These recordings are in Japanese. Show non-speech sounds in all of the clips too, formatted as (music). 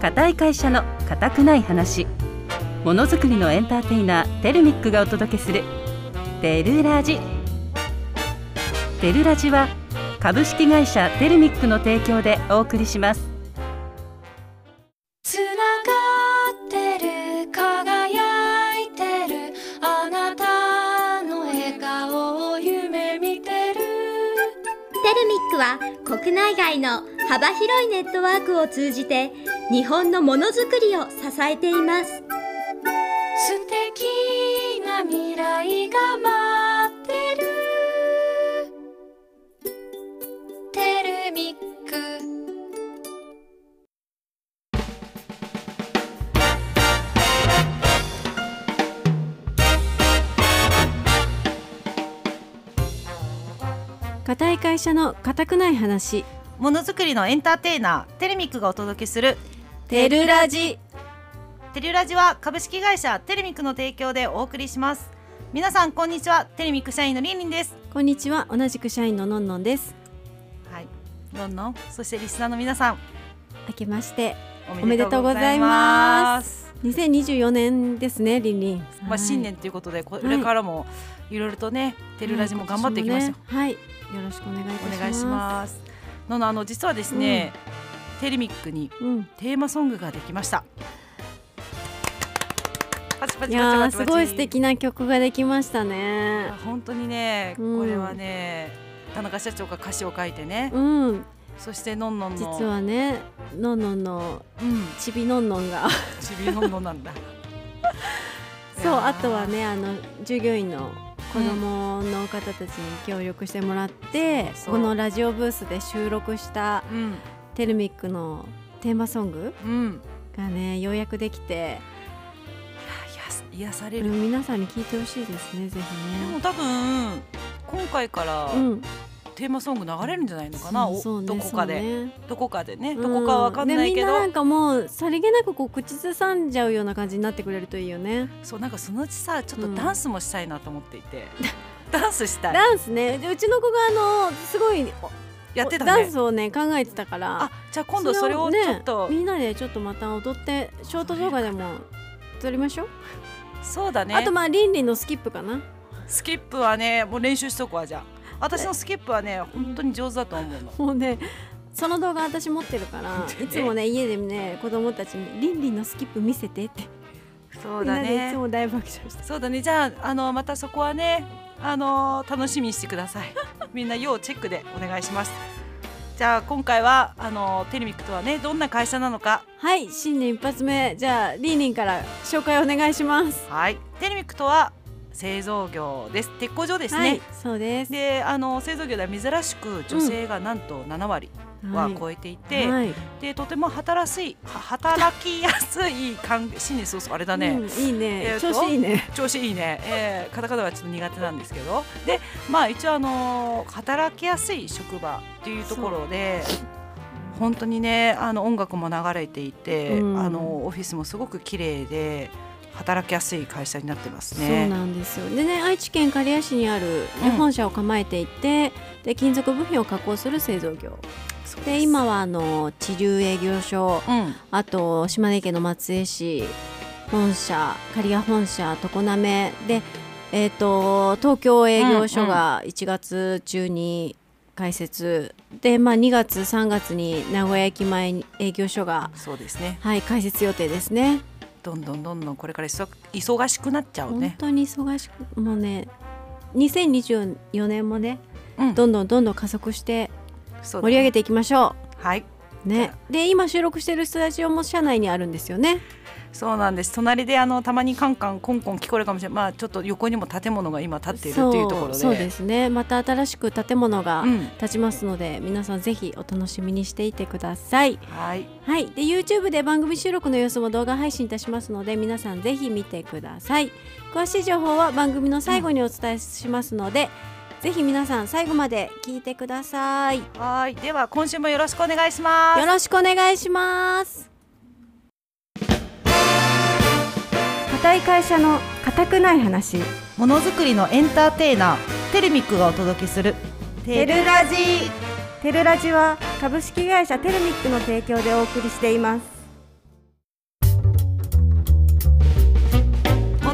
固い会社の固くない話ものづくりのエンターテイナーテルミックがお届けする「テルラジ」テルラジは株式会社テルミックの提供でお送りしますつながってる輝いてるあなたの笑顔を夢見てるテルミックは国内外の幅広いネットワークを通じて日本のものづくりを支えています素敵な未来が待ってるテルミック固い会社の固くない話ものづくりのエンターテイナーテルミックがお届けするテルラジテルラジは株式会社テルミックの提供でお送りします皆さんこんにちはテルミック社員のりんりんですこんにちは同じく社員ののんのんですはいどんどんそしてリスナーの皆さん明けましておめでとうございます2024年ですねりんりんまあ新年ということでこれからもいろいろとねテテルラジも頑張っていきましょう、はい、よろしくお願いいたしますお願いしますののあの実はですね、テルミックにうんテーマソングができましたパチパチパいチやパーチパチすごい素敵な曲ができましたね本当にね、うんこれはね田中社長が歌詞を書いてね、うんそしてのんのんの実はねのんのんのうんちびのんの (laughs) んがちびのんのんなんだい (laughs) そうやーあとはねあの従業員の子供の方たちに協力してもらって、そうそうこのラジオブースで収録したうんテルミックのテーマソングうんがねようやくできて、いや癒や癒されうる、ん、皆さんに聞いてほしいですねぜでひねも多分今回からうんテーマソング流れるんじゃないのかな、おそうねどこかで、そうねどこかでね、うんどこかは分かんないけでみんなどなんかもうさりげなくこう口ずさんじゃうような感じになってくれるといいよねそうなんかそのうちさちょっうとんダンスもしたいなと思っていて、ダンスしたいダンスねうちの子があのすごいやってたねダンスをね考えてたからあじゃあ今度それをちょっとね、みんなでちょっとまた踊ってショート動画でも撮りましょう、そうだねあとまありんりんのスキップかなスキップはねもう練習しとくわじゃあ私のスキップはね本当に上手だと思うのもうねその動画私持ってる (laughs) からいつもね家でね子供たちに「りんりんのスキップ見せて」ってそみんなでいつも大爆笑してそうだねじゃああのまたそこはねあの楽しみにしてくだ (laughs) さいみんな要チェックでお願いしますじゃあ今回はあのテレミックとはねどんな会社なのかはい新年一発目じゃありんりんから紹介お願いしますはいテレミックとは製造業です鉄工所ですね、はいそうですであの製造業では珍しく女性がなんと7割は超えていて、はいでとても働すいは働きやすい環境新年そうそうあれだね、うんいいえねーと調子いいね調子いいね、えー、カタカナはちょっと苦手なんですけどでまあ一応あのー働きやすい職場っていうところで本当にねあの音楽も流れていて、うんあのオフィスもすごく綺麗で働きやすい会社になってますそうね。なんですよでね愛知県刈谷市にある、ねうん本社を構えていてで金属部品を加工する製造業そうです今はあの地流営業所うんあと島根県の松江市本社刈谷本社常滑で、えー、と東京営業所が1月中に開設、で、まあ、2月3月に名古屋駅前に営業所が、そうですねはい、開設予定ですねどんどんどんどんこれから忙忙しくなっちゃう本ね。当に忙しくもうね2024年もねうん、どんどんどんどん加速して盛盛り上げていきましょはい、うねで今収録してるスタジオも社内にあるんですよねそうなんです隣であのたまにカンカンコンコン聞こえるかもしれない、まあ、ちょっと横にも建物が今建っているっていうところでそうそうですねまた新しく建物がうん、建ちますので、皆さんぜひお楽しみにしていてくださいはいはいで YouTube で番組収録の様子も動画配信いたしますので皆さんぜひ見てください詳しい情報は番組の最後にお伝えしますので、ぜひ皆さん最後まで聞いてくださいよはい、では今週もよろしくお願いします。ろしくお願いします固い会社の固くない話ものづくりのエンターテイナー、テルミックがお届けする。テルラジテルラジは株式会社テルミックの提供でお送りしています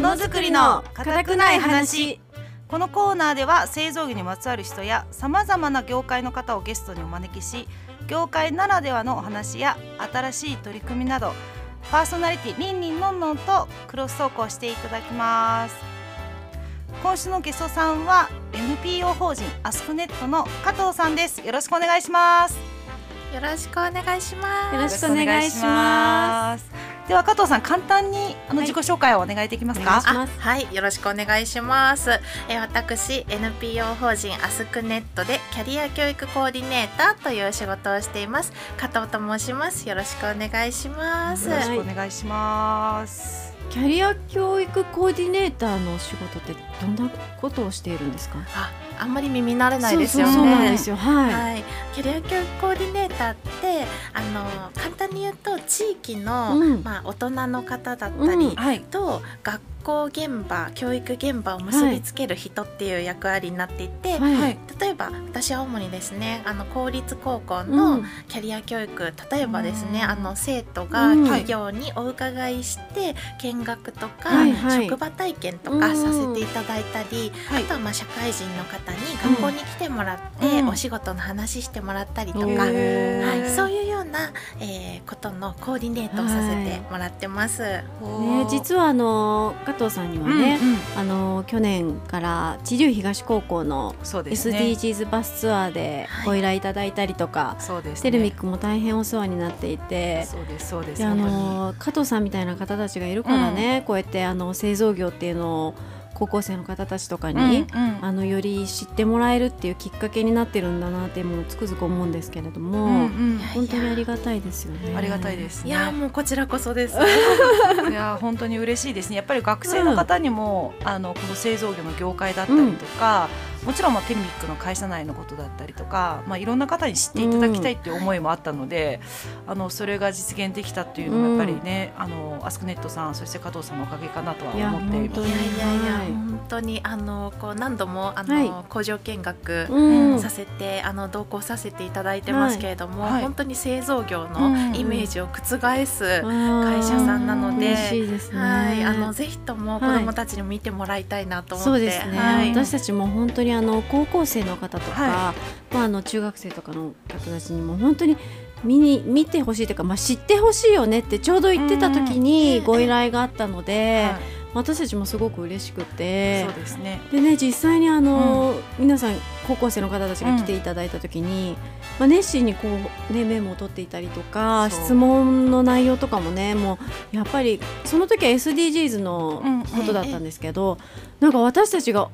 のづくりの固くない話このコーナーでは製造業にまつわる人やさまざまな業界の方をゲストにお招きし業界ならではのお話や新しい取り組みなどパーソナリティリンリンのんのんとクロス走行していただきます今週のゲストさんは NPO 法人アスクネットの加藤さんですよろしくお願いしますよろしくお願いします。よろしくお願いしますでは加藤さん簡単にあの自己紹介をお願いできますか、はいお願いしまあはい、よろしくお願いします。えー私 NPO 法人アスクネットでキャリア教育コーディネーターという仕事をしています。加藤と申します。よろしくお願いします。よろしくお願いします。キャリア教育コーディネーターの仕事ってどんなことをしているんですかあ、あんまり耳慣れないですよそうね。そうそうなんですよはい、はい、キャリア教育コーディネーターってあの簡単に言うと地域の、うんまあ、大人の方だったり、うんはい。と学校現場教育現場を結びつける人っていう役割になっていて、はいはい。例えば私は主にですねあの公立高校うのんキャリア教育、例えばですうねんあの生徒がうん企業にお伺いして見学とか、はいはい職場体験とかうんさせていただいたり、はいあとはまあ社会人の方に学校に来てもらって、うんお仕事の話してもらったりとか、うんはへーい、そういうような、えーことのコーディネートをさせてもらってます。ね、実はあの加藤さんにはうんね、うんあの去年から知立東高校のそうですね。 SDGs バスツアーではいご依頼いただいたりとか、そうです、ね。テルミックも大変お世話になっていて。そうですそうです。であ本の加藤さんみたいな方たちがいるからね、こうやってあの製造業っていうのを高校生の方たちとか当にに、うんうんあのより知ってもらえるっていうきっかけになってるんだなってもうつくづく思うんですけれども、うんはい本当にありがたいですようね。。んありがたいですすいね。やーもうこちらこそです。いやー本当に嬉しいですね。やっぱり学生の方にも、あのこの製造業の業界だったりとか、もちろんまあテルミックの会社内のことだったりとか、まあいろんな方に知っていただきたいっていう思いもあったので、あのそれが実現できたっていうのもやっぱりね、あのアスクネットさんそして加藤さんのおかげかなとはいや思っていま本当す。いやいやいや、はい本当にあのこう何度もあの、は工場見学うん、させて、あの同行させていただいてますけれども、はいはい本当に製造業うのんイメージを覆す、会会社さんなので嬉しいですね。はい、あのぜひとも子どもたちに見てもらいたいなと思って、そうですね、はい、私たちも本当にあの高校生の方とか、はまあ、あの中学生とかの方たちにも本当に見に見てほしいというか、まあ、知ってほしいよねってちょうど言ってた時にうんご依頼があったので、はい私たちもすごく嬉しくてそうですね。でね実際にあの、皆さん高校生の方たちが来ていただいた時に、まあ、熱心にこう、ね、メモを取っていたりとかそう質問の内容とかもねもうやっぱりその時は SDGs のうんことだったんですけど、なんか私たちが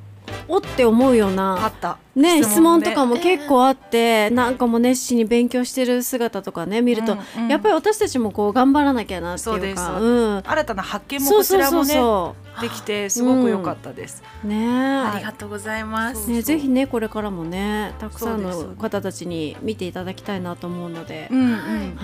おって思うようあな、った。ね、質問とかもも結構あって、なんかもう熱心に勉強してる姿とかね見ると、うんうんやっぱり私たちもこう頑張らなきゃなってそういでうすかそううん、新たな発見もそうこちそうらそもうねそできてすごく良かったです。うねありがとうございます。ね、ぜひねこれからもねたくそさんうでのす方たちに見ていただきたいなと思うので、うんうはいん。はい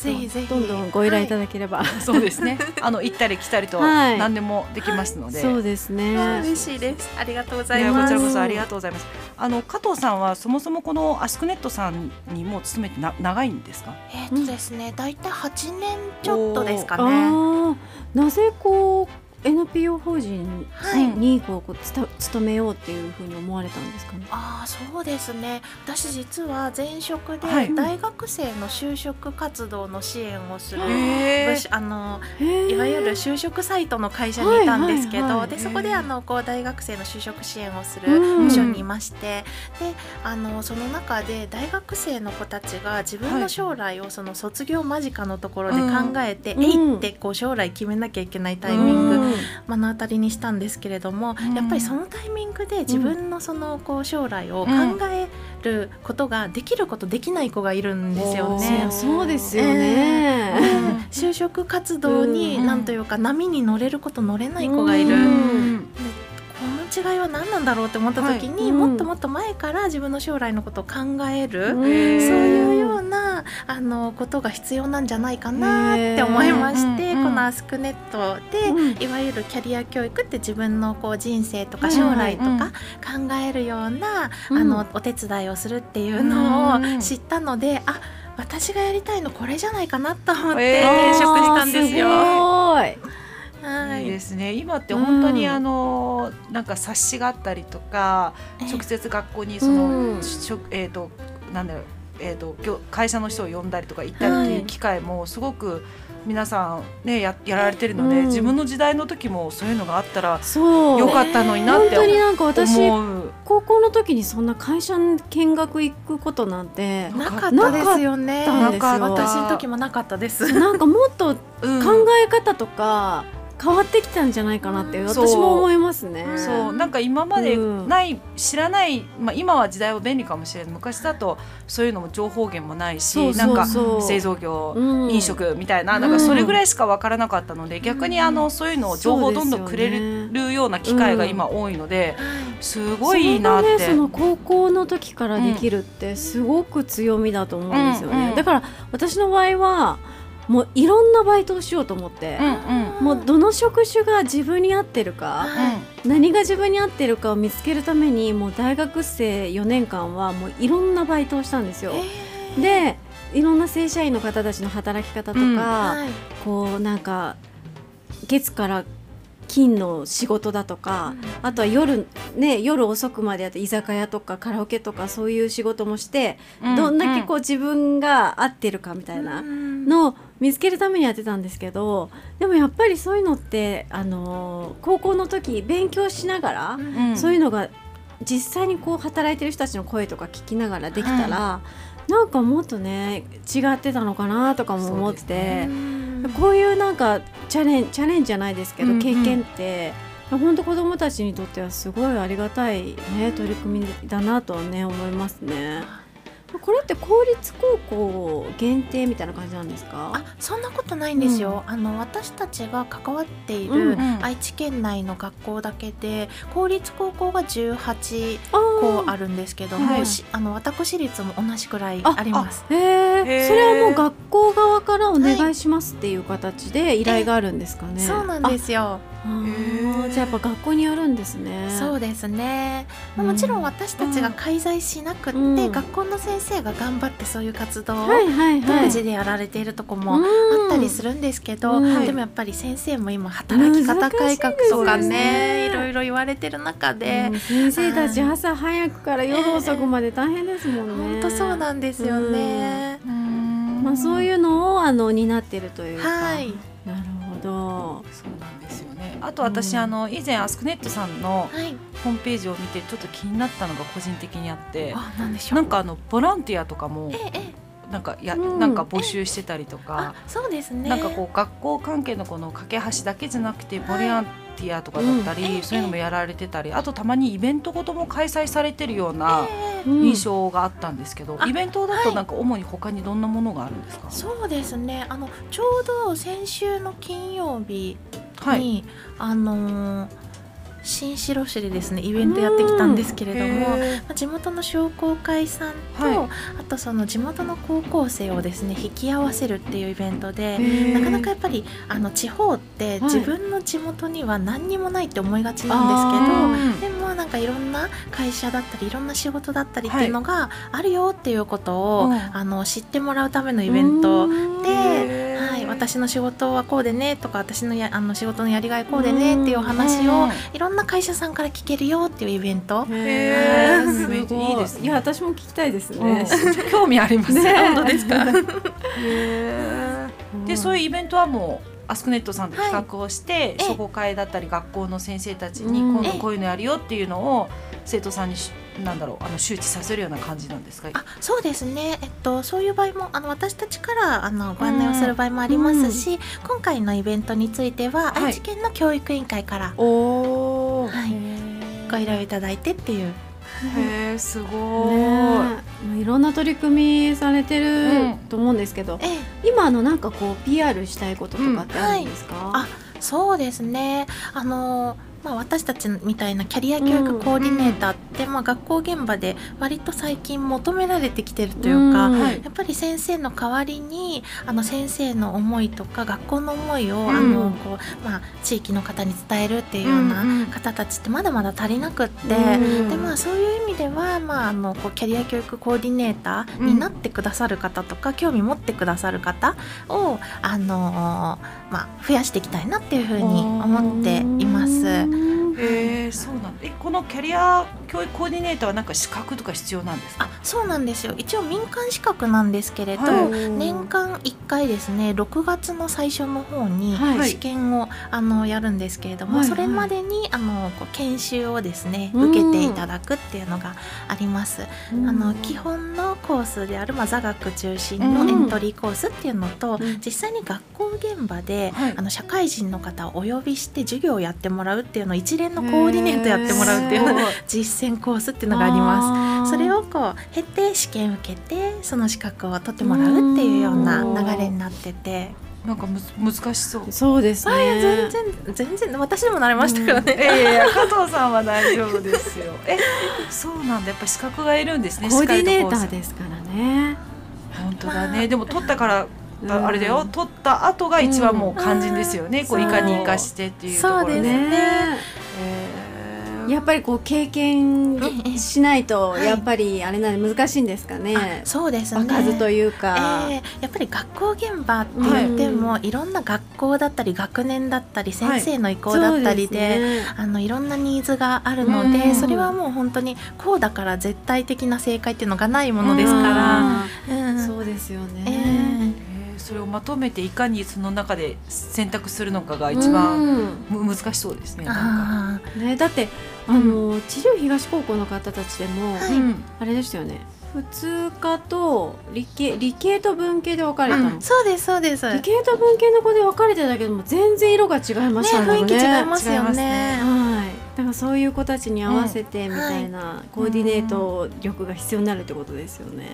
ぜひぜひどんどんご依頼いただければ、そうですね。あの行ったり来たりとはい何でもできますので。そうですあね嬉しいです。ありがとうございいやまこす。ちらこそありがとうございます。あの加藤さんはそもそもこのアスクネットさんにもう勤めてな長いんですか。えーっとですね、だいたい八年ちょっとですかあね。ーなぜこう NPO 法人はい。にこうこうつた勤めようっていうふうに思われたんですかね。ああそうですね私実は前職ではい大学生の就職活動の支援をする、へ部署あのいいわゆる就職サイトの会社にいたんですけど、はいはいはいでそこであのこう大学生の就職支援をするうん部署にいまして、であのその中で大学生の子たちが自分はのい将来をその卒業間近のところで考えて、うんえいってこう将来決めなきゃいけないタイミング目の当たりにしたんですけれども、うんやっぱりそのタイミングで自分のそのこう将来を考えることができることできない子がいるんですよそりねゃ。そうですよね。ん就職活動にうん何というか波に乗れること乗れない子がいる、うこんの違いは何なんだろうって思った時に、はいうんもっともっと前から自分の将来のことを考える、へーそういうよううなあのことが必要なんじゃないかなって思いまして、うんうんうんこのアスクネットで、うんいわゆるキャリア教育って自分のこう人生とか将来とうんうんか考えるような、うんあのお手伝いをするっていうのうんを知ったので、あ私がやりたいのこれじゃないかなと思っえてー転職したんですよ。あーすごいはないですね今って本当にうんあの、なんか冊子があったりとか直接学校にそうんの、しょえっ、となんだろうえー、と業会社の人を呼んだりとか行ったりっていう機会もすごく皆さん、ね、ややられてるので、うん自分の時代の時もそういうのがあったらそうよかったのになっ本て当になんか私思う。高校の時にそんな会社に見学行くことなんてなかったですよねなかったんですよ私の時もなかったですなんかもっと考うんえ方とか変わってきたんじゃないかなってそう私も思いますね。そうなんか今までうんない、知らない、まあ、今は時代は便利かもしれない昔だとそういうのも情報源もないしそうそうなんかそう製造業、うん飲食みたいなうんなんかそれぐらいしか分からなかったので、逆にあのそういうのを情報をどんどんくれそうでするよような機会が今多いので、すごいいいそれながっねて。その高校の時からできるってすごく強みだと思うんですよね、うんうんだから私の場合はもういろんなバイトをしようと思ってう、んうんもうどの職種が自分に合ってるかう何が自分に合ってるかを見つけるためにもう大学生4年間はもういろんなバイトをしたんですよ。でいろんな正社員の方たちの働き方とうんか、はいこうなんか月から金の仕事だとか、あとは夜ね夜遅くまでやって居酒屋とかカラオケとかそういう仕事もして、んどんだけこう自分が合ってるかみたいなのを見つけるためにやってたんですけどでもやっぱりそういうのってあのー高校の時勉強しながら、うん、うんそういうのが実際にこう働いてる人たちの声とか聞きながらできたら、なんかもっとね違ってたのかなとかも思ってそてう、ですこういうなんかチャレンチャレンジじゃないですけど、うんうん経験って本当子どもたちにとってはすごいありがたい、ね、取り組みだなとはね思いますね。これって公立高校限定みたいな感じなんですかあそんなことないんですよ、あの私たちが関わっている、うんうん愛知県内の学校だけで公立高校が18あー校あるんですけども、はいしあの私立も同じくらいあります。へえへえそれはもう学校側からお願いしますっていう形で依頼があるんですかね。そうなんですよ。ああーへえじゃあやっぱ学校にやるんですね。そうですね。まあもちろん私たちが介在しなくって、うん学校の先生が頑張ってそういう活動をはいはい独はい。自でやられているとこうもんあったりするんですけど、うんでもやっぱり先生も今働き方改革難しいとかですよねねいろいろ言われてる中でう、ん先生たち朝早くから夜遅くまで大変ですもんね。本当そうなんですよね。うんまあそういうのをあの担ってるというか。はい。なるほど。そうなんですよねあと私、うんあの以前アスクネットさんのはい。ホームページを見てちょっと気になったのが個人的にあってあ、なんでしょな。うんかあのボランティアとかもええ、なんかや、うんなんか募集してたりとかあ、、そうですね。なんかこう学校関係のこの架け橋だけじゃなくてボランティアとかだったり、うんそういうのもやられてたり、あとたまにイベントごとも開催されてるようなええうん印象があったんですけど、あイベントだとはいなんか主に他にどんなものがあるんですか？そうですね。あのちょうど先週の金曜日に、はい。あのー新城市でですねイベントやってきたんですけれども。へまあ地元の商工会さんと、はいあとその地元の高校生をですね引き合わせるっていうイベントで、ーなかなかやっぱりあの地方ってい自分の地元には何にもないって思いがちあなんーですけど、でもなんかいろんな会社だったりいろんな仕事だったりっはいていうのがあるよっていうことを、うんあの知ってもらうためのイベントで。へーはい、私の仕事はこうでねとか私のやあの仕事のやりがいこうでねっていうお話うをんいろんな会社さんから聞けるよっていうイベントへーすめっちゃごいいいですねいや私も聞きたいですうん (laughs) ね。興味ありますね。 (laughs) ね本当ですか？でそういういイベントはもうアスクネットさんと企画をして、ええ商工会だったり学校の先生たちにうん今度こういうのやるよっていうのを生徒さんにしなんだろうあの周知させるような感じなんですか。あそうですね、えっと、そういう場合もあの私たちからあのご案内をする場合もありますし、今回のイベントについては、はい愛知県の教育委員会からおおはいご依頼をいただいてっていうへえすごい。ねまあいろんな取り組みされうてるんと思うんですけど、ええ今あのなんかこう PR したいこととかってあるんですか？はいそうですねあの、まあ、私たちみたいなキャリア教育コーディネーターっって、まあ、学校現場で割と最近求められてきてるというか、うんやっぱり先生の代わりにあの先生の思いとか学校の思いを、んあのこうまあ、地域の方に伝えるっていうような方たちってまだまだ足りなくって、うんでまあ、そういう意味では、まあ、あのこうキャリア教育コーディネーターになってくださる方とか、興味持ってくださる方を、あのーまあ、増やしていきたいなっていうふうに思っています。えー、そうなんだ。え、このキャリア教育コーディネーターはなんか資格とか必要なんですか。あそうなんですよ一応民間資格なんですけれど、はい年間1回ですね6月の最初の方にはい試験を、あのやるんですけれども、はいはいそれまでにあのこう研修をですねうん受けていただくっていうのがあります。あの基本のコースである、まあ、座学中心うのんエントリーコースっていうのと、うん実際に学校現場で、はいあの社会人の方をお呼びして授業をやってもらうっていうのを一連のコーディネートやってもらうっていへうー実践コースっていうのがあります。すそれをこう経て試験受けてその資格を取ってもらうっていうような流れになっててなんかむず難しそう。そうですね。あいや全然全然私でも慣れましたからね、ええ加藤さんは大丈夫ですよ。え、そうなんだ。やっぱ資格がいるんですね。コーディネータしっーかりですからね。とこうさ本当だね。でも取ったからうんああれだよ。取った後が一番もう肝心ですよね。うんこういかに生かしてっていうところそうですねえーやっぱりこう経験しないとうんやっぱりあれなんで難しいんですかあね。そうですね場数というか。ええやっぱり学校現場って言っても、い、ろんな学校だったり学年だったり先生の意向だったりで,、あのいろんなニーズがあるので、うんそれはもう本当にこうだから絶対的な正解っていうのがないもそのうでですね。すから。うんうんそうですよえね。ええーそれをまとめていかにその中で選択するのかが一番番。む難しそうですね。なんかあーねだってあの千代東高校の方たちでもはういんあれでしたよね。普通科と理系理系と文系で分かれたの。そうですそうです理系と文系の子で分かれてたけども全然色が違いましたもんねね、雰囲気違います違いよますねね。はい、だからそういう子たちに合わせてみたいなコーディネート力が必要になるってことですよね。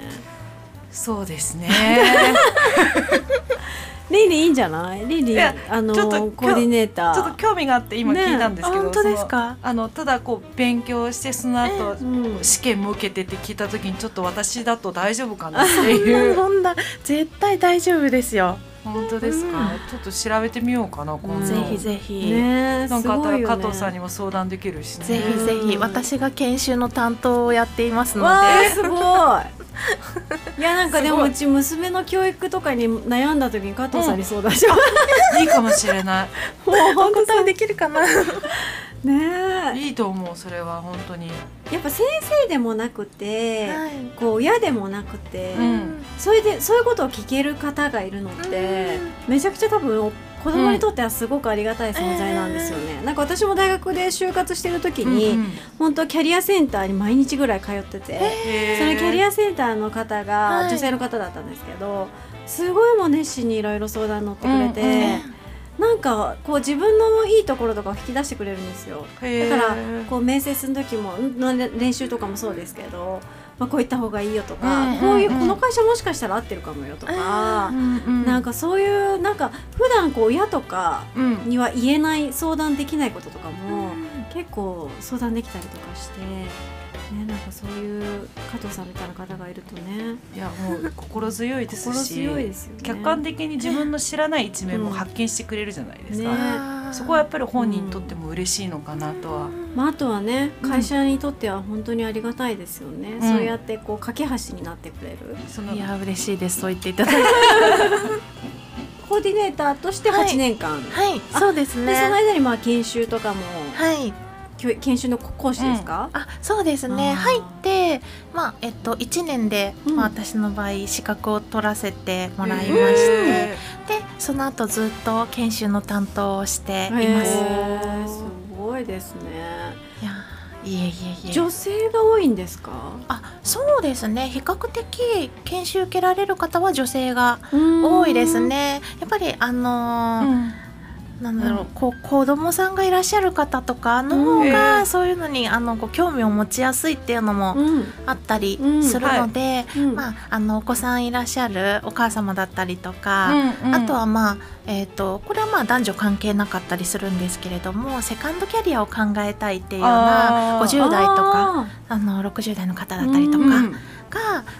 そうです (laughs) ね。リリいいんじゃない？リリいやあのちょっとコーディネーター。ちょっと興味があって今ね聞いたんですけど、本当ですかそのあのただこう勉強してその後うん、試験も受けてって聞いた時にちょっと私だと大丈夫かなっていうそ (laughs) んな絶対大丈夫ですよ。本当ですか、ちょっと調べてみようかな今う度んぜひぜひ。ねなんかあったら加藤さんににも相談できるしねぜひぜひ私が研修の担当をやっていますのわあで、すごい。いやなんかでもすごういち娘の教育とかに悩んだ時に加藤さんに相談しまいい (laughs) かもしれなす。もう本お答えできるかな。当ねいいいと思うそれは本当にえ。やっぱ先生でもなくて、はいこう親でもなくて。うんそれでそういうことを聞ける方がいるのってめちゃくちゃ多分子供にとってはすごくありがたい存在なんですよね、なんか私も大学で就活してる時に、うんうん本当キャリアセンターに毎日ぐらい通ってて、へーそのキャリアセンターの方が、はい女性の方だったんですけどすごいもう熱心にいろいろ相談乗ってくれて、うんうんなんかこう自分のいいところとかを引き出してくれるんですよ。へーだからこう面接の時もんの練習とかもそうですけど、まあ、こういった方がいいよとか、うんうんうんこういうこの会社もしかしたら合ってるかもよとか、なんかそういうなんか普段こう親とかうんには言えない相談できないこととかも、結構相談できたりとかして、ね、なんかそういう加藤さんみたいな方がいるとねいやもう心強いです心し強いですよね。客観的に自分の知らない一面も発見してくれるじゃないですか、ねそこはやっぱり本人にとっても嬉しいのかなとは、まあ、あとはね会社にとっては本当にありがたいですよね、んそうやってこう架け橋になってくれるそのいや嬉しいですそう言っていただいて。コーディネーターとしてはい8年間、はいそうでですそのね。間にまあ研修とかもはい教育研修の講師ですか、あそうですねあー入ってまあえっと一年で、うんまあ私の場合資格を取らせてもらいまして、へでその後ずっと研修の担当をしていへます。ーすごいですねいやいえいえいえ女性が多いんですかあそうですね比較的研修受けられる方は女性が多多いですねやっぱりあのーーうんなんだろう、こう子供さんがいらっしゃる方とかの方が、うんそういうのにあのご興味を持ちやすいっていうのもうんあったりうんするので、うんまあ、あのお子さんいらっしゃるお母様だったりとか、うんあとはまあ、えー、とこれはまあ男女関係なかったりするんですけれどもセカンドキャリアを考えたいっていうようなあー50代とかああの60代の方だったりとかうが、ん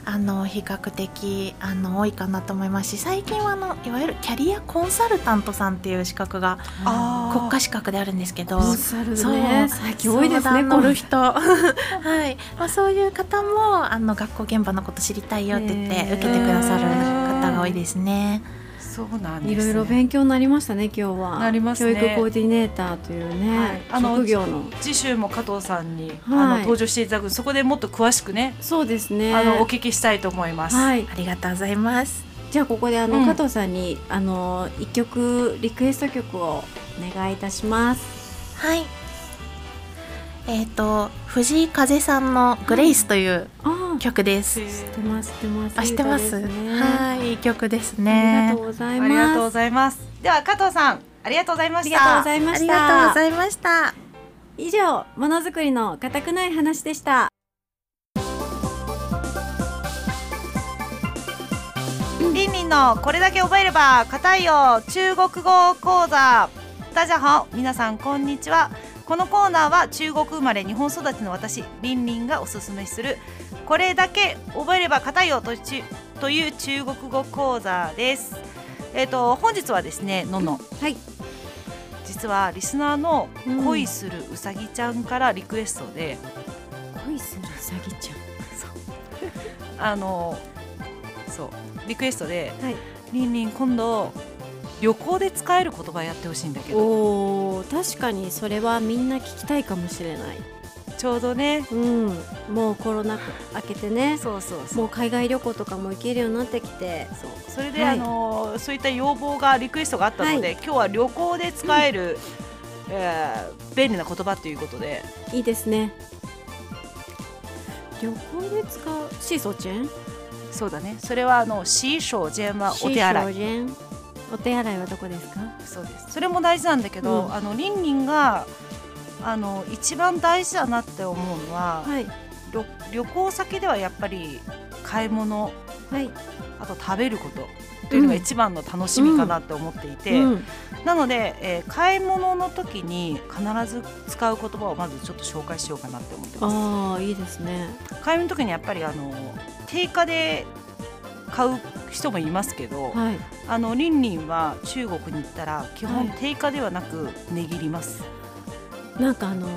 あの比較的あの多いかなと思いますし最近はあのいわゆるキャリアコンサルタントさんっていう資格があー国家資格であるんですけどー。コンサルそうね最近多いですね相談乗る人 (laughs) はい、まあ、そういう方もあの学校現場のこと知りたいよって言ってへー受けてくださる方が多いですね。そうなんいです、ろね、いろ勉強になりましたね今日はなりますね教育コーディネーターというね、はいあの職業の次週も加藤さんに、あはのい登場していただくそこでもっと詳しくね、そうですねあのお聞きしたいと思います。はいありがとうございます。じゃあここであの、うん加藤さんにあの一曲リクエスト曲をお願いいたしますはい。えっ、と藤井風さんのグレイスというああ知っ曲です。へーてます知ってますあ、知ってます。いい歌ですねはい、いい曲ですありねがと。うございありがとうまごすざいます。では加藤さん、ありがとうございまあしりた。がとうございまあしりがとうたございました。以上ものづくりの固くない話でしたリンリンのこれだけ覚えれば硬いよ中国語講座ダジャハオ皆さんこんにちはこのコーナーは中国生まれ日本育ちの私リンリンがおすすめするこれだけ覚えれば硬いよとちという中国語講座ですえっ、と本日はですねのんのんはい実はリスナーの恋するうさぎちゃんからリクエストで、恋するうさぎちゃあのそうリクエストで、はいリンリン今度旅行で使える言葉やってほしいんだけどおお確かにそれはみんな聞きたいかもしれないちょうどねうんもうコロナ明けてねそうそうそうもう海外旅行とかも行けるようになってきてそうそれで、はいあのーそういった要望がリクエストがあったので、は今日は旅行で使える、えー便利な言葉ということでいいですね旅行で使うシーソーチェンそうだねそれはあの「シーショージェン」はお手洗いシーソーチェンお手洗いはどこですかそうですそれも大事なんだけど、うんあのリンリンがあの一番大事だなって思うのは、はい旅旅行先ではやっぱり買い物はいあと食べることというのが一番の楽しみかなって思っていて、うんなので、えー買い物の時に必ず使う言葉をまずちょっと紹介しようかなって思ってまああいいですねす買い物の時にやっぱりあの定価で買う人もいますけど、はいあのリンリンは中国に行ったら基本はい定価ではなく値切ります、なんかあの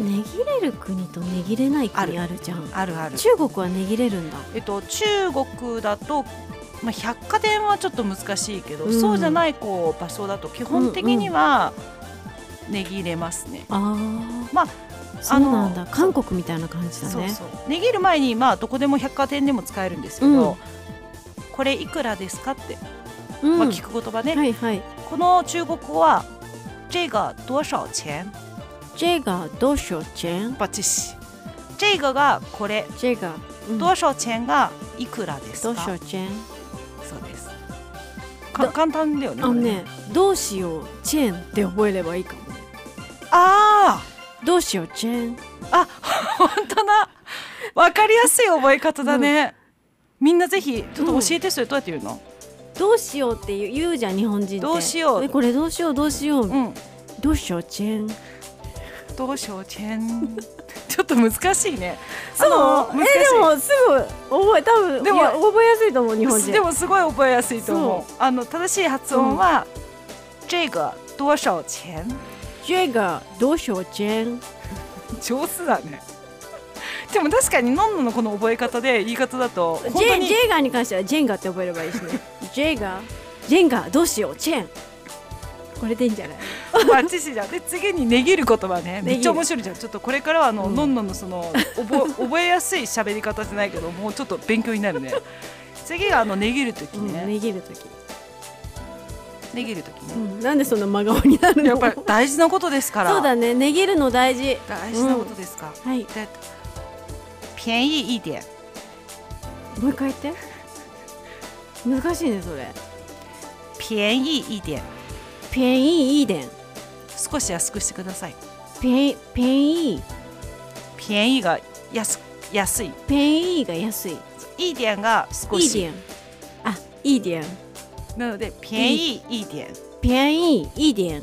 値切れる国と値切れない国あるじゃんあるある、中国は値切れるんだえっと、中国だと、まあ、百貨店はちょっと難しいけど、うんそうじゃないこう場所だと基本的には値切れますね、ああまあそうなんあだの韓国みたいな感じだそうねそう値切る前にまあどこでも百貨店でも使えるんですけど、うんこれいくらですかって、うんまあ、聞く言葉ね、はいはいこの中国語は「这个多少钱ジェガどうしようチェン」バチシ这个がこれジェガうん多少钱がいくらですどか、うしようチェンそうですか簡単だよねあこのれねどうしようチェンって覚えればいいかもねあどうしようチェンあ (laughs) 本当だわかりやすい覚え方だね、みんなぜひちょっと教えてそれどうやって言うの、どうしようって言う言うじゃん日本人ってどうしようえこれどうしようどうしよう、うん、どうしようチェンどうしようチェン (laughs) ちょっと難しいねあの難しいえでもすぐ覚え多分ででもも覚えやすいと思う日本人でもすごい覚えやすいと思うあの正しい発音は、这个多少钱ジェガどうしようチェン上手だねでも確かにのんののこの覚え方で言い方だと本ジ当ェにジェガに関してはジェンガって覚えればいいし (laughs) ねジェガジェンガどうしようチェンこれでいいんじゃないバッチシじゃんで次に値切る言葉ね値切るめっちゃ面白いじゃんちょっとこれからはあの、うんのんののその (laughs) 覚え覚えやすい喋り方じゃないけどもうちょっと勉強になるね次があの値切る時うんね、値切る時値切る時うね、んなんでそんな真顔になるのやっ (laughs) ぱり大事なことですからそうだね値切るの大事大事なことですか、はいで便宜一点もう一回言って難しいねそれ便宜一点便宜一点少し安くしてください便宜便宜便宜が安安い便宜が安いいい点が少一し点あ一点なので便宜いい点っ便宜一点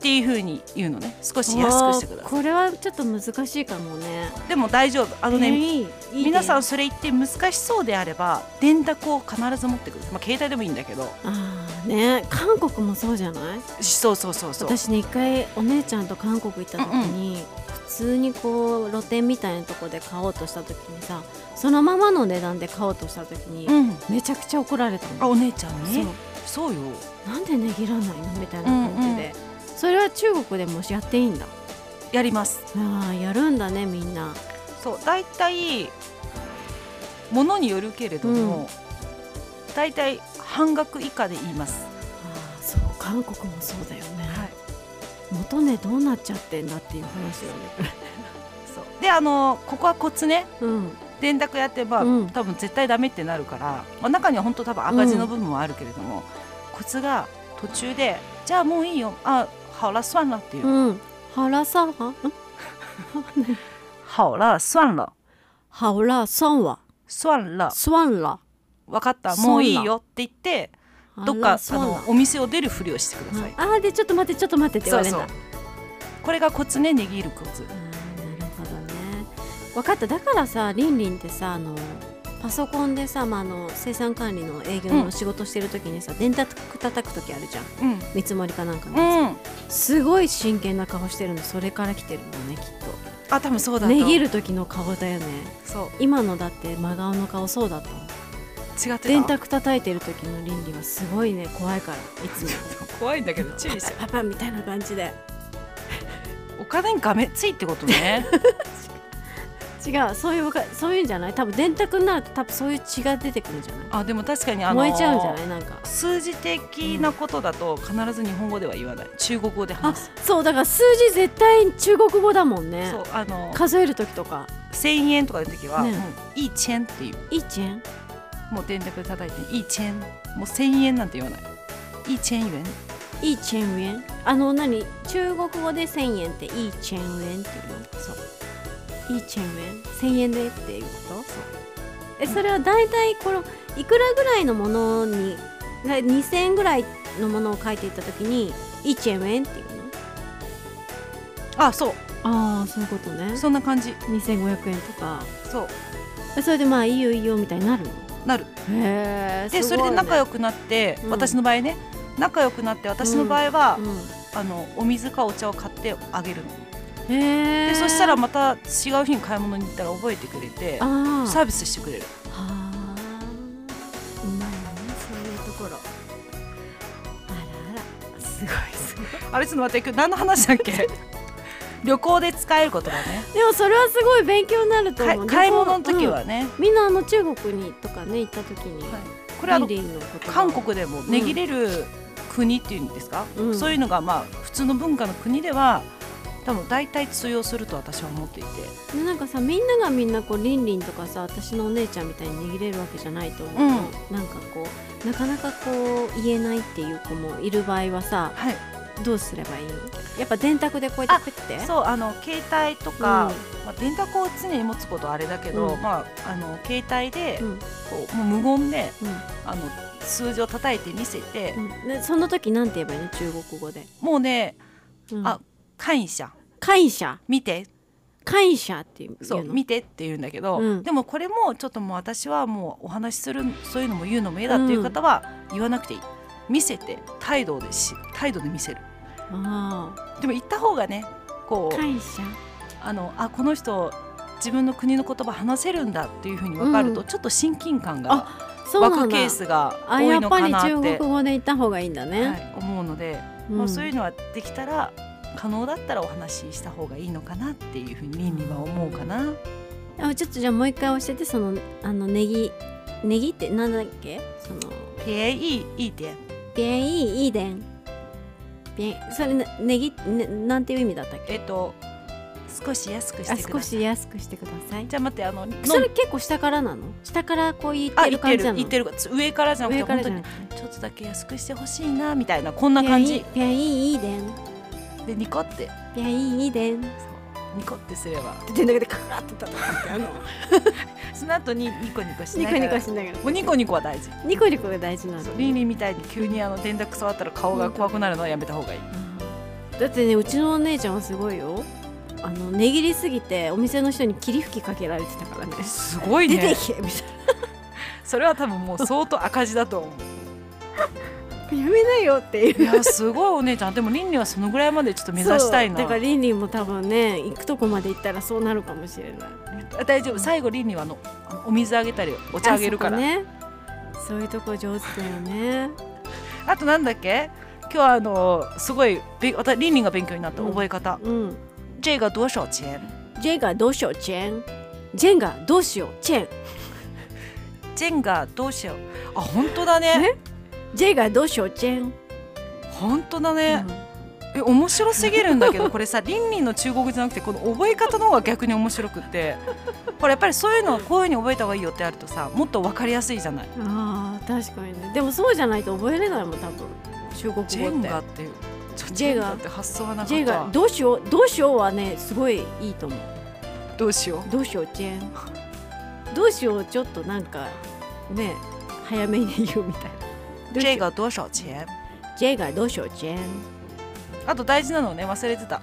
ていう風に言うのね少し安くしてくだあーさこれはちょっと難しいかもねいでも大丈夫あのね、便宜いい点皆さんそれ言って難しそうであれば電卓を必ず持ってくる、まあ、携帯でもいいんだけどあーね韓国もそうじゃないそうそうそうそう私ね一回お姉ちゃんと韓国行った時に、普通にこう露店みたいなとこで買おうとした時にさそのままの値段で買おうとした時に、うんめちゃくちゃ怒られたあのお姉ちゃんそねうそうよなんで値切らないのみたいな感じで、それは中国でもしやっていいんだやりますあーやるんだねみんなそう大体ものによるけれども、大体半額以下で言います、あーそう韓国もそうだよね、はい元値どうなっちゃってんだっていう話よね (laughs) そうであのここはコツねうん電卓やってば、うん多分絶対ダメってなるから、まあ、中には本当多分赤字の部分もあるけれども、コツが途中でじゃあもういいよあ好了算了っていう、うんハラさんは好了算了ハラさんは算了スワンラ分かった算了もういいよって言ってどっかあそうのお店を出るふりをしてください、あーでちょっと待ってちょっと待ってって言そわうれそたあうこれがコツね握るコツーなるほどね分かっただからさリンリンってさあのパソコンでさ、まあ、あの生産管理の営業うんの仕事してる時にさ、電卓叩く時あるじゃんうん見積もりかなんかのやうんつ、すごい真剣な顔してるのそれから来てるのねきっあ多分そうとだと値切る時の顔だよねそう今のだって真顔の顔そうだったの違ってた電卓叩いてる時のリンリンはすごいね怖いからいつも怖い (laughs) んだけど注意しパてパパみたいな感じでお金にがめついってこと (laughs) ね違うそういうわかそういうんじゃない多分電卓になると多分そういう血が出てくるんじゃない、あでも確かにあの燃えちゃうんじゃないなんか数字的なことだと必ず日本語では言わない中国語であ話すそうだから数字絶対中国語だもんねそうあの数える時とか1000円とかの時は「ねうんいいチェン」っていう1円もう電卓で叩いて「いいチェン」もう1000円なんて言わない「いいチェン元1円円あの何中国語で1000円って1円円っていうのそう1円円1000円でっていうことえそれは大体このいくらぐらいのものにな2000円ぐらいのものを書いていった時に1円円っていうの」あそああそういうことねうそんな感じ2500円とかそうそれでまあいいよいいよみたいになるのなるへえでそれで仲良くなって、うん私の場合ね仲良くなって私の場合は、うあのお水かお茶を買ってあげるのん、へえでそしたらまた違う日に買い物に行ったら覚えてくれてあーサービスしてくれるはあうまいねそういうところあらあらすごいすごいあれちょっと待って今日何の話だっ (laughs) け旅行で使えることがねでもそれはすごい勉強になるとか思う買い物の時、ではね、そううんみんなあの中国にとかね行った時に、はいこれはあのリンリンのこと韓国でもん値切れる国っていうんですか、うんそういうのがまあ普通の文化の国では多分大体通用すると私は思っていてでなんかさみんながみんなこうリンリンとかさ私のお姉ちゃんみたいに握れるわけじゃないと思うの、なんかこうなかなかこう言えないっていう子もいる場合はさはいどうすればいいのやっぱ電卓でこうやってペッてそうあの携帯とか、うまあ、電卓を常に持つことはあれだけど、うんまあ、あの携帯でうんこうもう無言でうんあの数字を叩いて見せて、うんでその時なんて言えばいいの中国語で、もうねうん、あ感謝感謝見て感謝っていうそうの見てって言うんだけど、うんでもこれもちょっともう私はもうお話しするそういうのも言うのも嫌だっていう方は言わなくていい、見せて態度でし態度で見せるあでも言った方がねこーう感謝あのあこの人自分の国の言葉話せるんだっていうふうに分かると、うちょっと親近感がそう湧なくんだケースがあ多やいっのぱかりなっ中国て、語で言った方がいいんだね、はい思うので、んまあ、そういうのはできたら可能だったらお話しした方がいいのかなっていうふうにミミは思うかな。あちょっとじゃあもう一回教えてそのあのネギネギってなんだっけその便宜一点便宜一点便それねネギ、ね、なんていう意味だったっけえっと少し安くしあてく少ださいし安くしてくださいじゃあ待ってあののそれ結構下からなの下からこう言っあ言てるって感じなるの言ってる上からじゃなくて上か本らじ当ゃなにくてちょっとだけ安くしてほしいなみたいなこんな感じピャイいいでんでニコってピャイいいでんニコってすればでなんかでカカってたあのその後にニコニコしニなコいニかコらしながらもうニコニコは大事ニコニコが大事なのそうリンリンみたいに急にあの電卓触ったら顔が怖くなるのはやめた方がいいだってねうちのお姉ちゃんはすごいよあの値切りすぎてお店の人に霧吹きかけられてたからねすごい出てねいけみたいそれは多分もう相当赤字だと思うなやめなよっていういやすごいお姉ちゃんでもりんりんはそのぐらいまでちょっと目指したいなそうだからリンリンも多分ね行くとこまで行ったらそうなるかもしれないあ大丈夫最後りんりんはあのあのお水あげたりお茶あげるからあ,、そこねそういうとこ上手だよねとなんだっけ今日はあのすごいべ私りんりんが勉強になったうん覚え方、うん这个多少钱ジェンガどうしようチェンジェンガどうしようチェンジェンガどうしようあ本当だねジェンガどうしようチェン、本当だうねん、え面白すぎるんだけどこれさりんりんの中国語じゃなくてこの覚え方の方が逆に面白くってこれやっぱりそういうのをこういうふうに覚えた方がいいよってあるとさもっと分かりやすいじゃないあー確かにねでもそうじゃないと覚えれないもん多分中国語ってジェンガっていうちょジェガって発想はなかったジェンガどうしようどうしようはねすごいいいと思うどうしようどうしようチェン (laughs) どうしようちょっとなんかね早めに言うみたいなジェが多少钱ジェンガどうしようチェンあと大事なのね忘れてた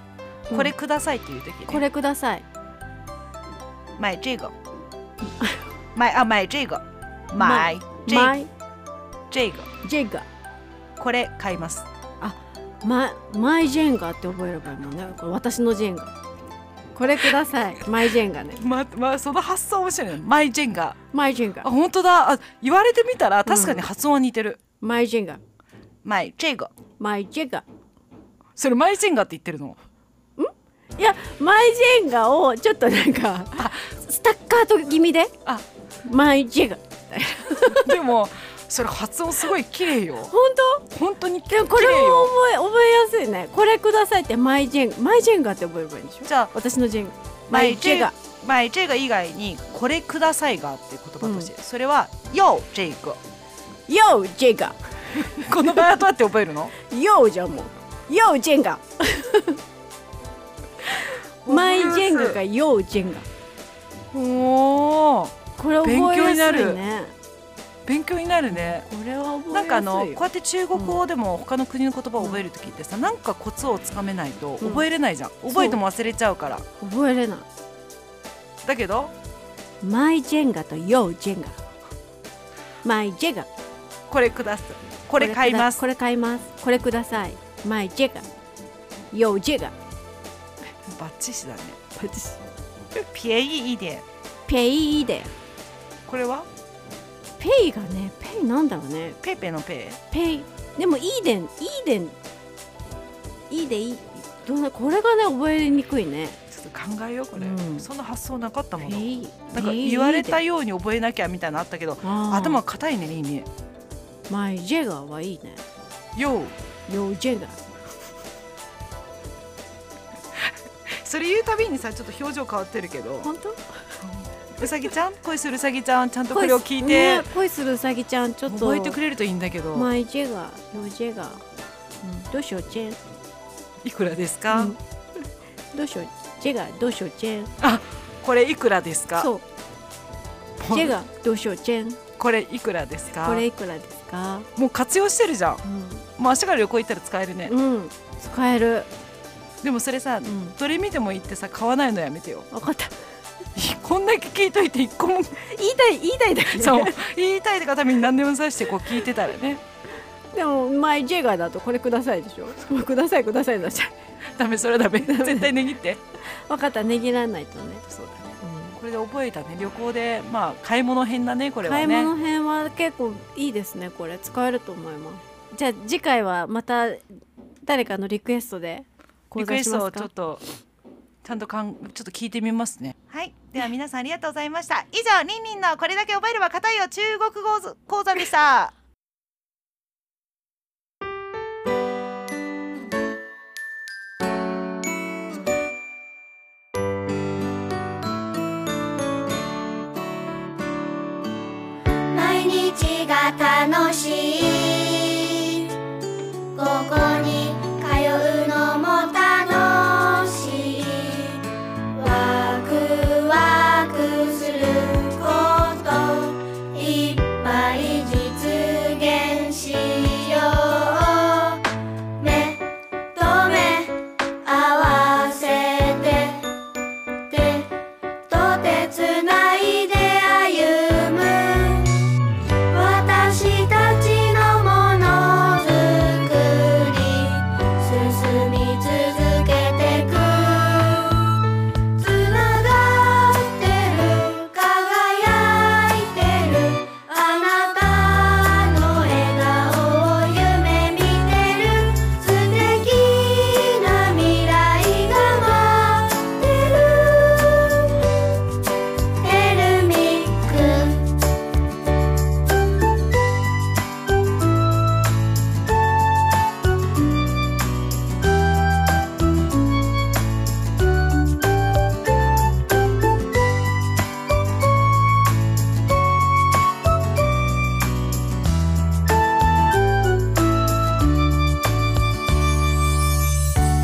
うんこれくださいっていう時ねこれください买这个买あ买这个买这マイ这个ジェンガこれ買いますマイマイジェンガって覚えればいいもんねこれ私のジェンガこれくださいマイジェンガねままその発想面白いねマイジェンガマイジェンガあ本当だあ言われてみたら確かに発音は似てる、マイジェンガマイジェガマイジェンガそれマイジェンガって言ってるのいやマイジェンガをちょっとなんかスタッカート気味であマイジェンガでもそれ発音すごい綺麗よ本当本当に綺で麗もこれもよ覚え覚えやすいねこれくださいってマイジェンガマイジェンガって覚えればいいんでしょじゃあ私のジェンガママイイジジェェンガガマイジェガ以外にこれくださいがっていう言葉として、それはようジェイクヨージェンガこの場合はどうやって覚えるのヨーじゃんもうヨージェンガマイジェンガがヨージェンガ (laughs) おおこれ覚えやすい勉強ねになる勉強になるねこれは覚えやすいなんかあのこうやって中国語でも他の国の言葉を覚える時ってさ、なんかコツをつかめないとうん覚えれないじゃん、覚えても忘れちゃうから覚えれないだけどマイジェンガとヨージェンガマイジェンガこれくださいこれ買いますこれ買いますこれくださいマイジェンガヨージェンガバッチシだねバッチシピエイイデペイイでこれはペイがねペイなんだろうねペイペイのペイペイでもイーデンイーデンイーデンイどうなこれがね覚えにくいねちょっと考えようこれ、うんそんな発想なかったもペのイなんか言われたいように覚えなきゃみたいなのあったけど頭頭が硬いねリンリンマイジェンガはいいねようヨージェンガそれ言うたびにさちょっと表情変わってるけど本当うさぎちゃん恋するうさぎちゃんちゃんとこれを聞いて、恋す,、ね、恋するうさぎちゃんちょっと覚えてくれるといいんだけど、マイジェガヨジェガ、どうしようチェンいくらですか、うんどうしようジェガどうしようチェンこれいくらですかそうポンジェガどうしようチェンこれいくらですかこれいくらですかもう活用してるじゃんうもう明日から旅行行ったら使えるね、ん、うん、使えるでもそれさ、んどれ見てもいいってさ買わないのやめてよ分かったこんだけ聞いといて一個も言いたい言いたいだけそう言いたいがために何でもさしてこう聞いてたらね (laughs) でもマイジェガだとこれくださいでしょくださいくださいだ (laughs) じゃダメそれはダメ絶対値切って分かったねぎらないとね、そうだねこれで覚えたね旅行でまあ買い物編だねこれは買ねい物編は結構いいですねこれ使えると思いますじゃあ次回はまた誰かのリクエストで講リク座エスしまトすをちょかっとちゃんとかんちょっと聞いてみますねはいでは皆さんありがとうございました以上リンリンのこれだけ覚えれば硬いよ中国語講座でした「しよう目と目合わせて手と手つないで歩む私たちのものづくり進み続けてくつながってる輝いてるあなたの笑顔を夢見てる素敵な未来が待ってるエルミック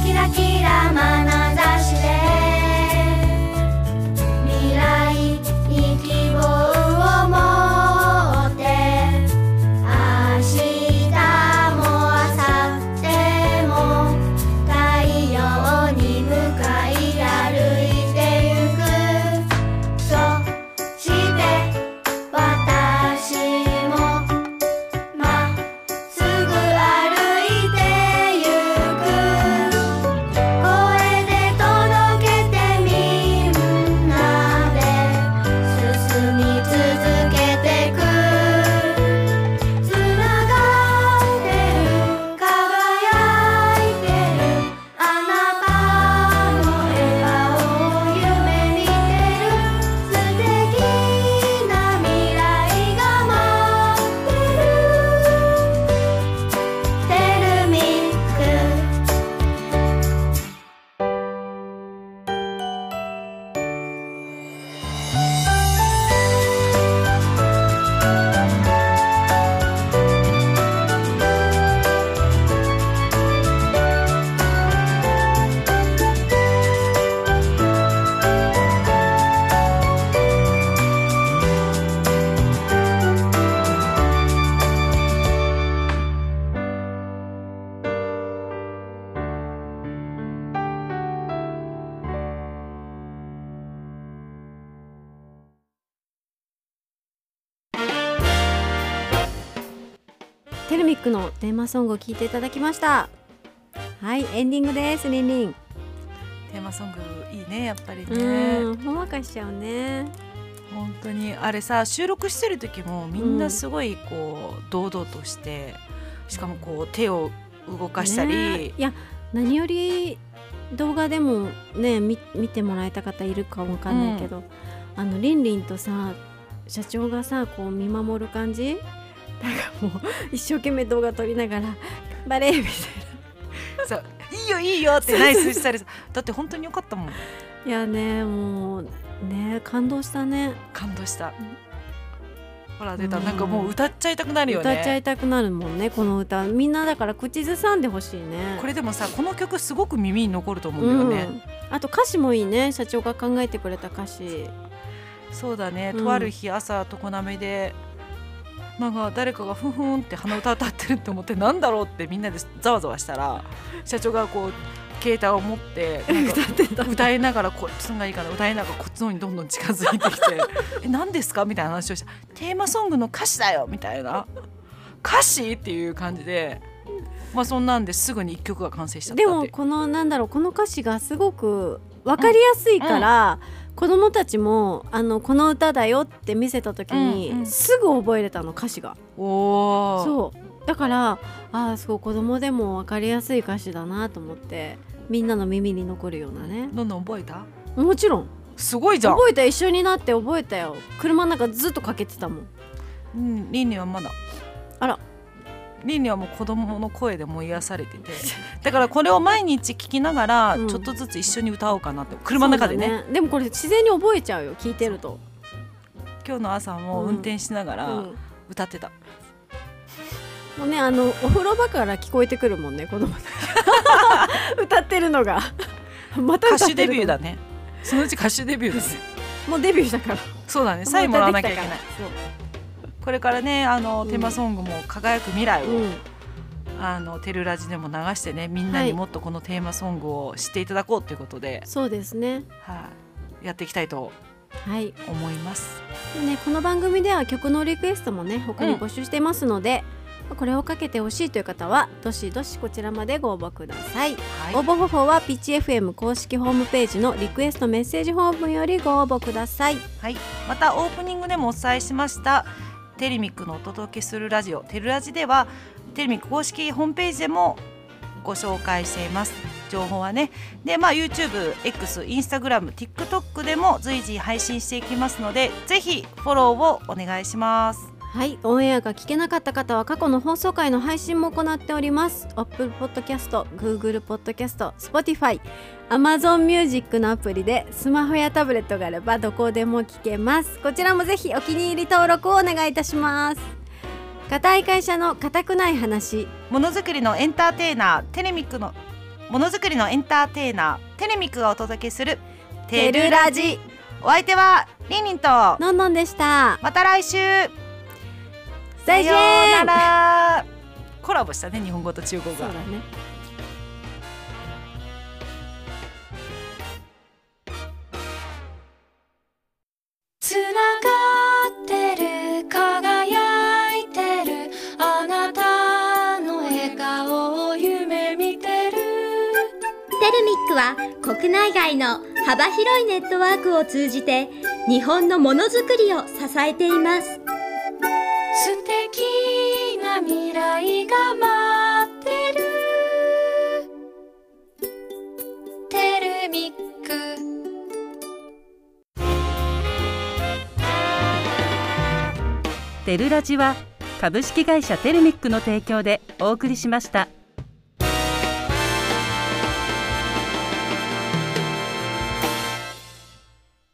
キラキラ眼差しで未来に希望を持って明日も明後日も太陽に向かい歩いてゆくそして私もまっすぐ歩いてゆく声で届けてみんなで進み続けてくつながってる輝いてるあなたの笑顔を夢見てる素敵な未来が待ってるテルミックテルミックのテーマソングを聞いていただきましたはいエンディングですりんりん (laughs) テーマソングいいねやっぱりうねんほんわかしちゃうね本当にあれさ収録してる時もみんなすごいこう堂々としてしかもこう手を動かしたねりいや何より動画でもね見見てもらえた方いるかもわかんないけど、あのりんりんとさ社長がさこう見守る感じなんかもう一生懸命動画撮りながら「頑張れ!」みたいさ「いいよいいよ」ってナイスしたりさ (laughs) だって本当によかったもんないやねもうね感動したね感動したほら出たうんなんかもう歌っちゃいたくなるよ歌っちゃねいたくなるもんねこの歌みんなだから口ずさんでほしいねこれでもさこの曲すごく耳に残ると思うんだようねんあと歌詞もいいね社長が考えてくれた歌詞そうだねうんとある日朝常滑でなんか誰かがふんふんって鼻歌歌ってるって思ってなんだろうってみんなでざわざわしたら社長がこう携帯を持ってなんか歌ってた歌いながらこっちのがいいかな歌いながらこっちの方にどんどん近づいてき (laughs) て「え何ですか?」みたいな話をした「テーマソングの歌詞だよ」みたいな「歌詞?」っていう感じでまあそんなんですぐに1曲が完成しちゃったでっもてこのなんだろうこの歌詞がすごく分かりやすいから、子供たちもあのこの歌だよって見せた時に、うんうんすぐ覚えれたの歌詞がおーそうだからああすごい子供でも分かりやすい歌詞だなと思ってみんなの耳に残るようなねどんどん覚えたもちろんすごいじゃん、覚えた一緒になって覚えたよ車の中ずっとかけてたもんうん、リンリンはまだあらリンリンはもう子供の声でもう癒されて (laughs) てだからこれを毎日聞きながらうんちょっとずつ一緒に歌おうかなって車の中でねそうだでもこれ自然に覚えちゃうよ聞いてると今日の朝も運転しながうらん歌ってた、もうねあのお風呂場から聞こえてくるもんね子 (laughs) 供たち歌ってるのがまた歌歌って手るデビューだねそ (laughs) のうち歌手デビューですねもうデビューしたからそうだねサインもらわなきゃいけないもう歌できたからそうここれからねあの、テーマソングも「輝く未来を」うんあのテルラジでも流してねみんなはにいもっとこのテーマソングを知っていただこうということで、そうですねはい、やっていきたいとはい思います。ね、この番組では曲のリクエストもね他に募集してますので、これをかけてほしいという方はどしどしこちらまでご応募ください、応はい、募方法はピッチ FM 公式ホームページのリクエストメッセージフォームよりご応募くださいはい、またオープニングでもお伝えしましたテレミックのお届けするラジオテルラジではテレミック公式ホームページでもご紹介しています情報はねでまあ YouTube、X、Instagram、TikTok でも随時配信していきますのでぜひフォローをお願いしますはいオンエアが聞けなかった方は過去の放送回の配信も行っております Apple Podcast、Google Podcast、Spotify、Amazon Music のアプリでスマホやタブレットがあればどこでも聞けますこちらもぜひお気に入り登録をお願いいたします固い会社の固くない話ものづくりのエンターテイナーテレミックのものづくりのエンターテイナーテレミックがお届けするテルラジお相手はリンリンとまのんのんでしたた来週再よ現うならコラボしたね日本語と中国そう語だが。ねつながってる輝いてるあなたの笑顔を夢見てるテルミックは国内外の幅広いネットワークを通じて日本のものづくりを支えています素敵な未来が待ってるテルミックテルラジは株式会社テルミックの提供でお送りしました。